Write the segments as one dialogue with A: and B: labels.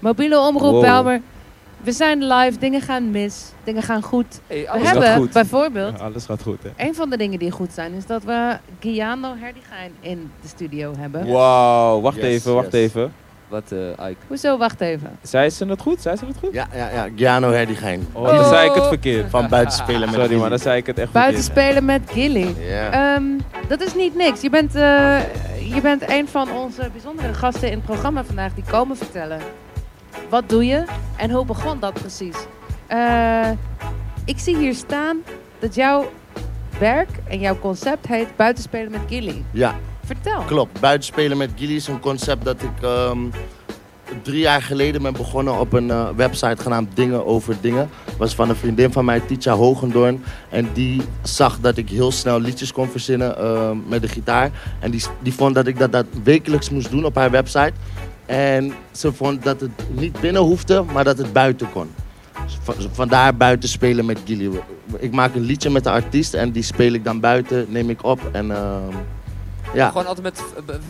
A: Mobiele omroep,
B: Wow.
A: Belmer. We zijn live, dingen gaan mis, dingen gaan goed.
B: Hey,
A: We
B: alles
A: hebben
B: gaat goed.
A: bijvoorbeeld,
B: Ja, alles gaat goed, hè?
A: een van de dingen die goed zijn, is dat we Giano Herdigijn in de studio hebben.
B: Wauw, wacht
C: Yes,
B: even, wacht
C: yes.
B: even.
C: Wat, eh Ike?
A: Hoezo, wacht even.
B: Zei ze het goed? Zei ze het goed?
C: Ja, ja, ja. Giano Herdigijn.
B: Oh, dan
A: Oh.
B: zei ik het verkeerd.
C: Van buitenspelen met
B: Sorry,
C: Gilly.
B: maar dan zei ik het echt verkeerd.
A: Buitenspelen met Gilly.
C: Ja.
A: Ehm, dat is niet niks. Je bent, eh, je bent een van onze bijzondere gasten in het programma vandaag die komen vertellen. Wat doe je en hoe begon dat precies? Eh, ik zie hier staan dat jouw werk en jouw concept heet Buitenspelen met Gilly.
C: ja,
A: Vertel.
C: klopt. Buitenspelen met Gilly is een concept dat ik ehm, drie jaar geleden ben begonnen op een eh, website genaamd Dingen over Dingen. was van een vriendin van mij, Titia Hogendoorn. En die zag dat ik heel snel liedjes kon verzinnen ehm, met de gitaar. En die, die vond dat ik dat, dat wekelijks moest doen op haar website. En ze vond dat het niet binnen hoefde, maar dat het buiten kon. V- Vandaar buiten spelen met Gilly. Ik maak een liedje met de artiest en die speel ik dan buiten, neem ik op. En ehm, ja,
D: Gewoon altijd met,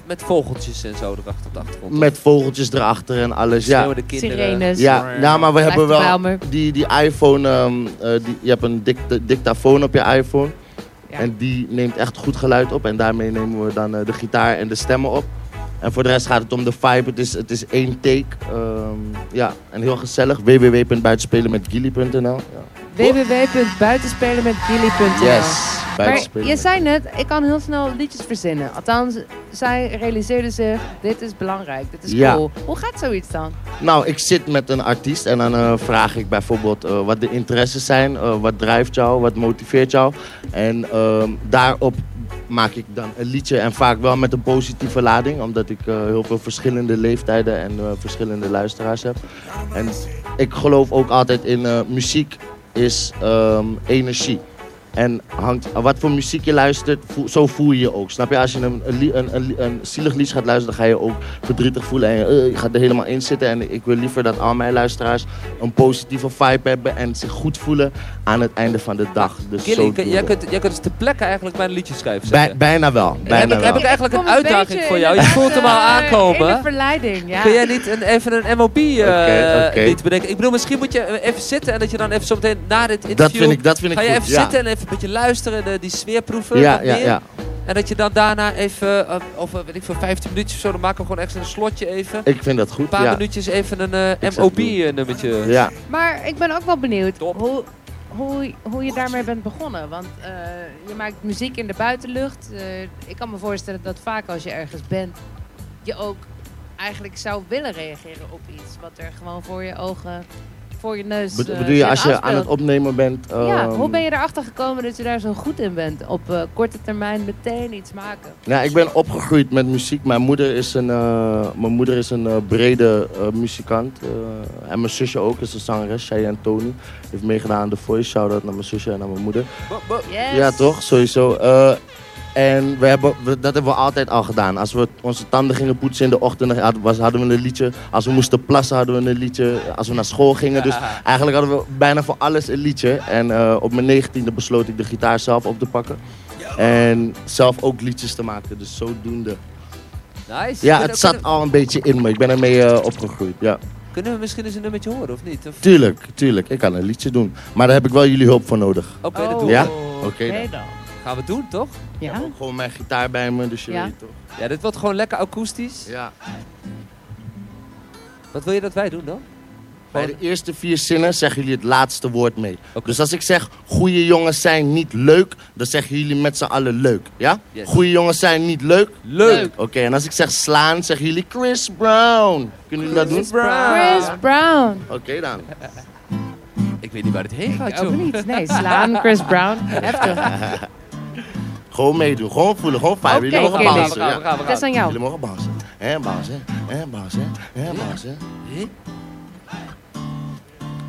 D: met vogeltjes en zo erachter op de achtergrond.
C: met vogeltjes erachter en alles. Ja.
D: Schreeuwende kinderen.
A: Sirenes.
C: Ja, ja, maar we hebben
A: Blijft de
C: wel
A: Bijlmer.
C: die, die iPhone. ehm, eh, die, je hebt een dict dictafoon op je iPhone.
A: Ja.
C: En die neemt echt goed geluid op. En daarmee nemen we dan eh, de gitaar en de stemmen op. En voor de rest gaat het om de vibe. Het is, het is één take. ehm, ja, en heel gezellig. www.buitenspelenmetgilly.nl ja.
A: www.buitenspelenmetgilly.nl
C: Yes,
A: Ah. Maar
C: buitenspelen.
A: je
C: met-
A: zei net, ik kan heel snel liedjes verzinnen. Althans, zij realiseerde zich, dit is belangrijk, dit is
C: Ja.
A: cool. Hoe gaat zoiets dan?
C: Nou, ik zit met een artiest en dan eh, vraag ik bijvoorbeeld eh, wat de interesses zijn, eh, wat drijft jou, wat motiveert jou. En ehm, daarop maak ik dan een liedje en vaak wel met een positieve lading, omdat ik eh, heel veel verschillende leeftijden en eh, verschillende luisteraars heb. En ik geloof ook altijd in eh, muziek is ehm, energie. En hangt, wat voor muziek je luistert, voel- zo voel je je ook. Snap je? Als je een, een, li- een, een, li- een zielig lied gaat luisteren, dan ga je ook verdrietig voelen. En je, eh, je gaat er helemaal in zitten. En ik wil liever dat al mijn luisteraars een positieve vibe hebben. En zich goed voelen aan het einde van de dag. Dus
D: Gilly,
C: zo
D: kun-
C: doen
D: jij,
C: we.
D: kunt, jij kunt dus ter plekke eigenlijk mijn liedje schrijven.
C: Bij- bijna wel.
D: heb,
C: Bijna
D: ik,
C: wel.
D: heb ik eigenlijk
A: Ik
D: een
A: kom een
D: uitdaging
A: beetje
D: voor jou. Je
A: inderdaad,
D: voelt hem al
A: eh, In
D: aankomen.
A: de verleiding, ja.
D: Kun jij niet een, even een MOB eh
C: Oké, oké.
D: lied bedenken? Ik bedoel, misschien moet je eh, even zitten en dat je dan even zometeen na dit interview...
C: dat vind ik, dat vind ik
D: ga je
C: goed.
D: even
C: ja.
D: zitten en even een beetje luisteren en eh, die sfeer proeven.
C: Ja,
D: wat
C: ja,
D: meer.
C: ja.
D: En dat je dan daarna even, eh, of eh, weet ik veel, 15 minuutjes of zo, dan maken we gewoon extra een slotje even.
C: Ik vind dat goed.
D: Een paar
C: Ja.
D: minuutjes even een eh,
C: Ik zou het doen.
D: MOB-nummertje.
C: ja.
A: Maar ik ben ook wel benieuwd
D: Top.
A: hoe, hoe, hoe je daarmee bent begonnen. Want eh, je maakt muziek in de buitenlucht. Eh, ik kan me voorstellen dat vaak als je ergens bent, je ook eigenlijk zou willen reageren op iets wat er gewoon voor je ogen, voor je
D: Dus,
A: neus.
C: Bed-
A: eh,
C: bedoel je,
A: zich
C: als je aan
A: afspeelt.
C: het opnemen bent.
A: Ja,
C: ehm,
A: hoe ben je erachter gekomen dat je daar zo goed in bent? Op eh, korte termijn meteen iets maken.
C: Nou, ik ben opgegroeid met muziek. Mijn moeder is een, eh, mijn moeder is een eh, brede eh, muzikant. eh, en mijn zusje ook is een zangeres, Cheyenne Tony. Heeft meegedaan aan The Voice. Shout-out naar mijn zusje en naar mijn moeder.
A: Yes.
C: Ja, toch? Sowieso. Eh, en we hebben, we- dat hebben we altijd al gedaan. Als we onze tanden gingen poetsen in de ochtend, dan hadden, was, hadden we een liedje. Als we moesten plassen, hadden we een liedje. Als we naar school gingen. Dus eigenlijk hadden we bijna voor alles een liedje. En eh, op mijn negentiende besloot ik de gitaar zelf op te pakken. En zelf ook liedjes te maken. Dus zodoende.
D: Nice.
C: Ja,
D: Kunnen-
C: het zat al een beetje in me. Ik ben ermee eh, opgegroeid. Ja.
D: kunnen- Kunnen we misschien eens een nummertje horen, of niet? Of-
C: Tuurlijk, tuurlijk. Ik kan een liedje doen. Maar daar heb ik wel jullie hulp voor nodig.
D: Oké, dat doen we.
C: Ja?
D: Oh,
C: Oké dan.
A: Nee dan.
D: Gaan we doen, toch?
C: Ik
A: Ja.
C: heb ook gewoon mijn gitaar bij me, dus je
A: Ja.
C: weet toch.
D: Ja, dit wordt gewoon lekker akoestisch.
C: Ja.
D: Wat wil je dat wij doen dan?
C: Bij de eerste vier zinnen zeggen jullie het laatste woord mee.
D: Oké.
C: Dus als ik zeg, goede jongens zijn niet leuk, dan zeggen jullie met z'n allen leuk. Ja?
D: Yes.
C: Goede jongens zijn niet leuk.
D: Leuk.
C: Oké, en als ik zeg slaan, zeggen jullie Chris Brown. Kunnen jullie dat doen?
D: Chris Brown.
A: Chris Brown.
C: Oké dan.
D: Ik weet niet waar dit heen gaat,
A: Ook
D: joh.
A: niet. Nee, slaan Chris Brown. Heftig.
C: Gewoon meedoen, gewoon voelen, gewoon vibe.
A: Oké,
C: jullie mogen
A: oké,
D: We gaan, we
C: bouncen.
D: gaan, we
C: Ja.
D: gaan. We
A: Dat is
D: gaan.
A: aan jou.
C: Jullie mogen bouncen. En bouncen, en bouncen, en bouncen.
D: Hé?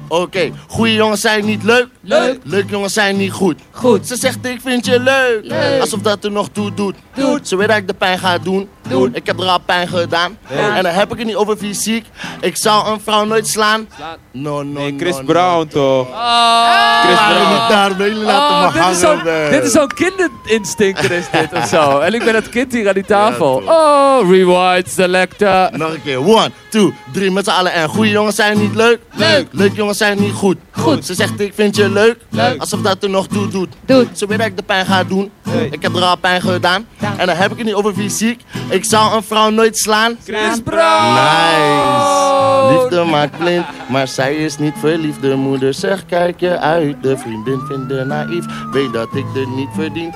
C: Oké, goede jongens zijn niet leuk.
D: Leuk.
C: Leuk jongens zijn niet goed.
D: Goed.
C: Ze zegt ik vind je leuk.
A: Leuk.
C: Alsof dat er nog toe doet.
D: Doet.
C: Ze weet dat ik de pijn ga doen. Broer, ik heb er al pijn gedaan.
A: Ja.
C: En dan heb ik het niet over fysiek. Ik zou een vrouw nooit slaan.
D: Slaan.
C: No, no,
B: Nee, Chris
C: no, Oh. no.
B: Brown toch?
D: Oh,
B: Chris
C: Ah,
B: Brown.
C: niet daar, nee, jullie laten me
D: Oh, dit is
C: hangen. eh.
D: zo'n
C: man.
D: dit is zo'n kinderinstinct is dit of zo. En ik ben het kind hier aan die tafel.
C: Ja,
D: oh, rewind selector.
C: Nog een keer. One, two, drie. Met z'n allen. En goede jongens zijn niet leuk.
A: Leuk.
C: Leuk jongens zijn niet goed.
A: Goed.
C: Ze zegt ik vind je leuk.
A: Leuk.
C: Alsof dat er nog toe doet.
A: Doet.
C: Ze weet dat ik de pijn ga doen.
B: Hey.
C: Ik heb er al pijn gedaan.
A: Ja.
C: En dan heb ik het niet over fysiek. Ik zou een vrouw nooit slaan.
B: Chris
D: Brown.
C: Nice.
D: Oh.
C: Liefde maakt blind, maar zij is niet verliefd. De moeder zegt, kijk je uit. De vriendin vindt haar naïef. Weet dat ik er niet verdien.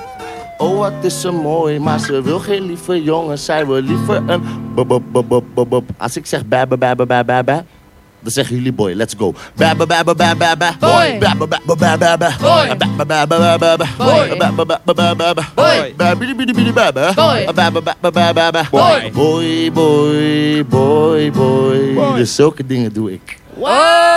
C: Oh, wat is ze mooi, maar ze wil geen lieve jongen. Zij wil liever een... bop, bop, bop, bop, bop, bop. Als ik zeg ba, ba, ba, ba, ba, ba, ba, dan zeggen jullie boy, let's go. Ba, ba, ba, ba, ba, ba, ba.
A: Boy.
C: Ba, ba, ba, ba, ba, ba, ba.
A: Boy.
C: Ba, ba, ba, ba, ba, ba, ba.
A: Boy.
C: Ba, ba, ba, ba, ba, ba, ba.
B: Boy.
C: Ba, bidi, bidi, bidi, ba, ba.
A: Boy.
C: Ba, ba, ba, ba, ba, ba, ba.
B: Boy.
C: Boy, boy, boy, boy.
B: Boy.
C: Dus zulke dingen doe ik.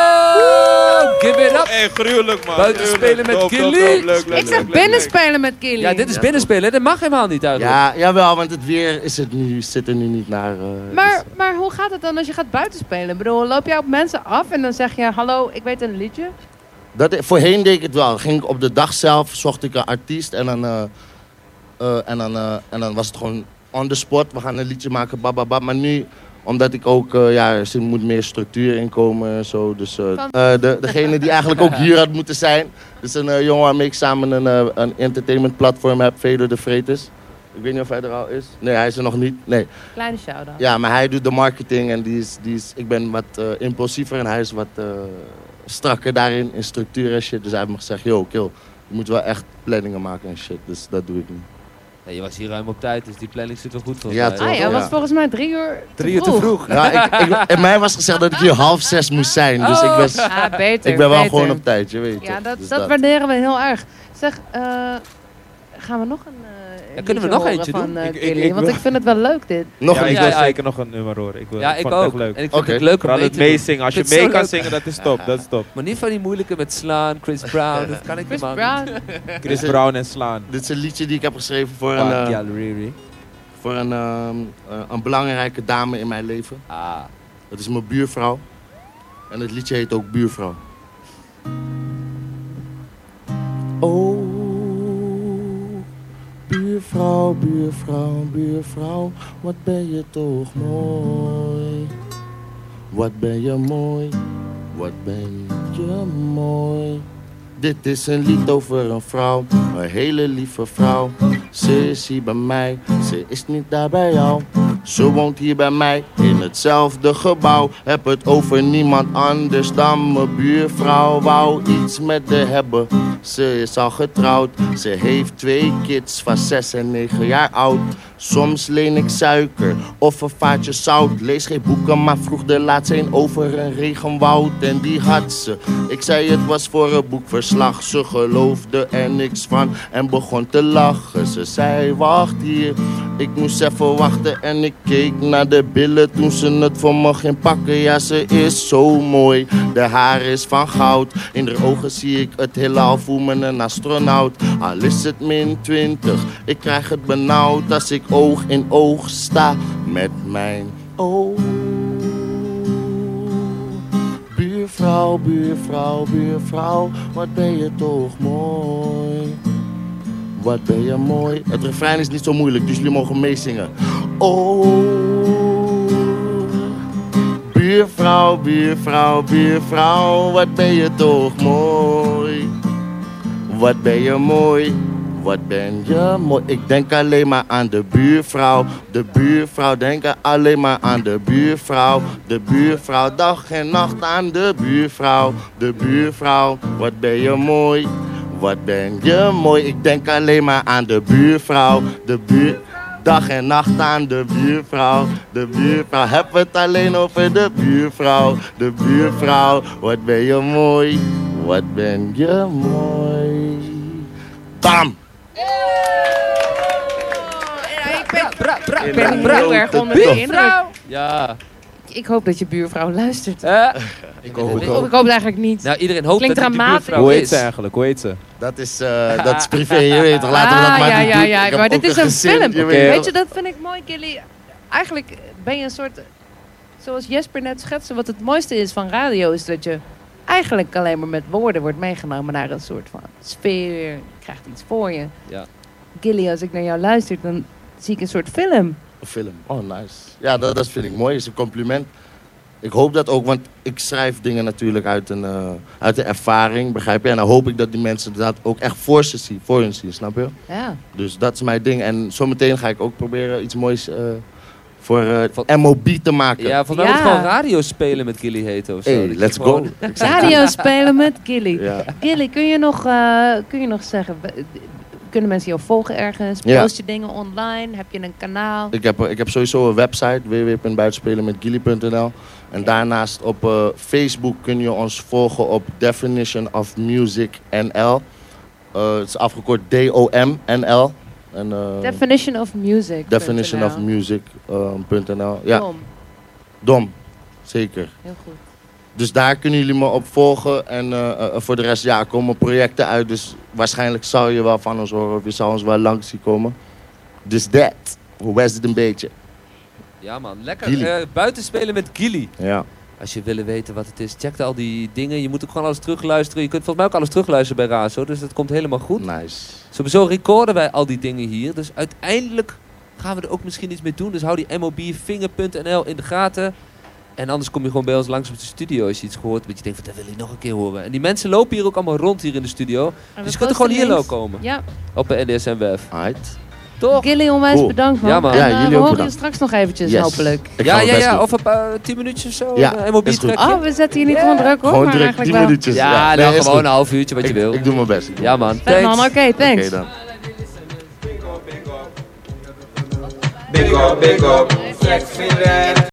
D: Oh, give it up.
B: Hey, gruwelijk man.
D: Buiten
B: gruwelijk.
D: spelen met
B: Doop, doop,
D: Gilly.
B: doop, leuk, leuk,
A: Ik zeg
B: leuk, leuk, leuk.
A: binnenspelen met Killy.
D: Ja, dit is binnenspelen. Dat mag helemaal niet uit.
C: Ja, jawel, want het weer is het nu, zit er nu niet naar. eh,
A: Maar,
C: dus-
A: maar hoe gaat het dan als je gaat buitenspelen? Ik bedoel, loop jij op mensen af en dan zeg je... Hallo, ik weet een liedje.
C: dat, voorheen deed ik het wel. Ging ik op de dag zelf, zocht ik een artiest en dan, eh, eh, en dan, eh, en dan was het gewoon on the spot. We gaan een liedje maken, bababa. Maar nu, omdat ik ook, eh, ja, er moet meer structuur in komen en zo. Dus eh,
A: Kan-
C: eh, de, degene die eigenlijk ook hier had moeten zijn. Dus een eh, jongen waarmee ik samen een, eh, een entertainment platform heb, Fedor de Vretes. Ik weet niet of hij er al is. Nee, hij is er nog niet. Nee.
A: Kleine shout-out.
C: Ja, maar hij doet de marketing en die is, die is, ik ben wat eh, impulsiever en hij is wat eh, strakker daarin, in structuur en shit. Dus hij heeft me gezegd, yo, kill, je moet wel echt planningen maken en shit. Dus dat doe ik niet.
D: Nee, je was hier ruim op tijd, dus die planning zit wel goed volgens
C: Ja,
D: mij.
C: toch?
A: Ah ja,
C: Ja.
A: was volgens mij drie uur te
D: Drie uur te vroeg.
C: Ja, ik, ik, en mij was gezegd dat ik hier half zes moest zijn, dus ik,
D: Oh.
C: was,
A: Ah, beter,
C: ik ben wel
A: beter.
C: gewoon op tijd, je weet
A: Ja,
C: toch.
A: dat,
C: Dus
A: dat waarderen we heel erg. Zeg, eh, gaan we nog een... eh,
D: Ja, kunnen we
A: liedje
D: nog
A: horen
D: eentje
A: van,
D: doen?
A: eh,
B: Ik- ik-
A: Killy?
B: ik
A: Want
B: wil-
A: ik vind het wel leuk, dit.
C: Nog
B: ja,
C: een
B: ik
D: Ja,
B: wil
D: ja,
B: zeker nog een nummer horen. Ik, wil, eh,
D: Ja,
B: ik
D: ik
B: vond het
D: ook.
B: echt leuk.
D: En ik vind
C: Oké.
D: het leuk om
B: Vooral
D: mee
B: het
D: te doen.
B: meezingen. Als je
D: Dit is
B: mee
D: zo
B: kan
D: leuk.
B: zingen, dat is top. Dat is top.
D: Maar niet van die moeilijke met slaan, Chris Brown, dat kan ik
A: Chris
D: niet man.
A: Brown.
B: Chris Brown en Slaan.
C: dit is een liedje die ik heb geschreven voor een,
D: Fuck
C: eh,
D: yeah, Riri.
C: voor een, ehm, eh, een belangrijke dame in mijn leven.
D: Ah.
C: Dat is mijn buurvrouw. En het liedje heet ook Buurvrouw. Oh, buurvrouw, buurvrouw, buurvrouw, wat ben je toch mooi. Wat ben je mooi, wat ben je mooi. Dit is een lied over een vrouw, een hele lieve vrouw. Ze is hier bij mij, ze is niet daar bij jou. Ze woont hier bij mij in hetzelfde gebouw. Heb het over niemand anders dan mijn buurvrouw. Wou iets met de hebben. Ze is al getrouwd. Ze heeft twee kids van 6 en 9 jaar oud. Soms leen ik suiker of een vaatje zout. Lees geen boeken, maar vroeg de laatst een over een regenwoud. En die had ze. Ik zei het was voor een boekverslag. Ze geloofde er niks van en begon te lachen. Ze zei: Wacht hier, ik moest even wachten. En ik keek naar de billen toen ze het voor me ging pakken. Ja, ze is zo mooi. De haar is van goud. In haar ogen zie ik het heelal. Voel me een astronaut. Al is het min 20, ik krijg het benauwd als ik oog in oog sta met mijn oog. Buurvrouw, buurvrouw, buurvrouw, wat ben je toch mooi. Wat ben je mooi. Het refrein is niet zo moeilijk, dus jullie mogen meezingen. Oh, buurvrouw, buurvrouw, buurvrouw, wat ben je toch mooi. Wat ben je mooi. Wat ben je mooi. Ik denk alleen maar aan de buurvrouw. De buurvrouw. Denk er alleen maar aan de buurvrouw. De buurvrouw. Dag en nacht aan de buurvrouw. De buurvrouw. Wat ben je mooi. Wat ben je mooi. Ik denk alleen maar aan de buurvrouw. De buur. Dag en nacht aan de buurvrouw. De buurvrouw. Heb het alleen over de buurvrouw. De buurvrouw. Wat ben je mooi. Wat ben je mooi. Bam!
A: Ja, ik ben,
D: Bra, bra,
A: ik
D: bra,
A: ben
D: bra.
A: heel erg onder
C: Buurvrouw.
A: de indruk.
D: Ja.
A: Ik hoop dat je buurvrouw luistert.
D: Eh,
C: Ik
D: hoop het
A: Of ik hoop het eigenlijk niet.
D: nou, iedereen hoopt
A: Klinkt
D: dat het
A: dramatisch.
D: de buurvrouw
B: Hoe heet
D: is.
B: ze eigenlijk? Hoe heet ze?
C: Dat is, eh, dat is privé, je weet toch? Laten we
A: ah,
C: dat maar
A: ja,
C: niet
A: ja,
C: doen.
A: ja.
C: Ik heb
A: Maar
C: ook
A: dit is een
C: gezin,
A: film.
C: je
B: Oké.
A: Weet
C: toch?
A: je, dat vind ik mooi, Killy. eigenlijk ben je een soort, zoals Jesper net schetste, wat het mooiste is van radio is dat je eigenlijk alleen maar met woorden wordt meegenomen naar een soort van sfeer. Je krijgt iets voor je.
D: Ja.
A: Gilly, als ik naar jou luister, dan zie ik een soort film.
C: Een film. Oh, nice. Ja, dat, dat vind ik mooi. is een compliment. Ik hoop dat ook, want ik schrijf dingen natuurlijk uit een, eh, uit een ervaring, begrijp je? En dan hoop ik dat die mensen dat ook echt voor ze zien, voor hun zien, snap je?
A: Ja.
C: Dus dat is mijn ding. En zometeen ga ik ook proberen iets moois eh, voor eh,
D: Van-
C: MOB te maken.
D: Ja, van mij
A: Ja.
D: moet gewoon radio spelen met Gilly heten of zo.
C: hey,
D: Dat je
C: let's
D: gewoon-
C: go. Ik zeg-
A: Radio spelen met Gilly.
C: Ja.
A: Gilly, kun je nog, eh, kun je nog zeggen, w- kunnen mensen jou volgen ergens?
C: Ja.
A: Post je dingen online? Heb je een kanaal?
C: Ik heb, ik heb sowieso een website, www.buitenspelenmetgilly.nl. En daarnaast op eh, Facebook kun je ons volgen op Definition of Music NL. Eh, het is afgekort DOM NL. En, eh,
A: Definition of Music.
C: Definition of Music eh, punt NL. Ja,
A: Kom,
C: dom. Zeker.
A: Heel goed.
C: Dus daar kunnen jullie me op volgen. En eh, eh, voor de rest, ja, er komen projecten uit. Dus waarschijnlijk zou je wel van ons horen of je zou ons wel langs zien komen. Dus dat. Hoe is het een beetje?
D: Ja man, lekker.
C: Gilly.
D: eh buiten spelen met Gilly.
C: Ja.
D: Als je willen weten wat het is, check al die dingen. Je moet ook gewoon alles terugluisteren. Je kunt volgens mij ook alles terugluisteren bij Razo, dus dat komt helemaal goed.
C: Nice.
D: Sowieso recorden wij al die dingen hier. Dus uiteindelijk gaan we er ook misschien iets mee doen. Dus hou die mobvinger.nl in de gaten. En anders kom je gewoon bij ons langs op de studio als je iets gehoord hebt. Dat je denkt, van, dat wil ik nog een keer horen. En die mensen lopen hier ook allemaal rond hier in de studio.
A: En we
D: Dus je kunt
A: posten
D: er gewoon hier
A: links.
D: lopen komen.
A: Ja,
D: Op de NDSM Web.
C: Alright.
D: Toch?
A: Gilly, onwijs
C: Cool.
A: bedankt man.
D: Ja, man.
A: En,
C: Ja,
A: eh,
C: jullie
A: we
C: ook
A: horen je
C: bedankt.
A: straks nog eventjes,
C: Yes.
A: hopelijk.
C: Ik
D: ja,
C: ga mijn
D: ja,
C: best
D: ja.
C: doen.
D: Of een paar eh, tien minuutjes of zo. eh,
C: Ja,
D: een MOB
C: is goed.
D: trackje.
A: Oh, we zetten je niet onder druk hoor,
C: Gewoon
A: maar
C: druk,
A: eigenlijk
C: 10
A: wel.
C: minuutjes.
D: Ja,
C: nee,
D: nou
C: is
D: gewoon
C: goed.
D: een half uurtje wat je
C: ik,
D: wil.
C: Ik doe mijn best. ik doe
D: ja
C: mijn
D: man,
A: Vet, man,
D: thanks.
A: Oké,
C: best. Oké
A: thanks.
C: dan.
E: Big up, big up, Flex Finland.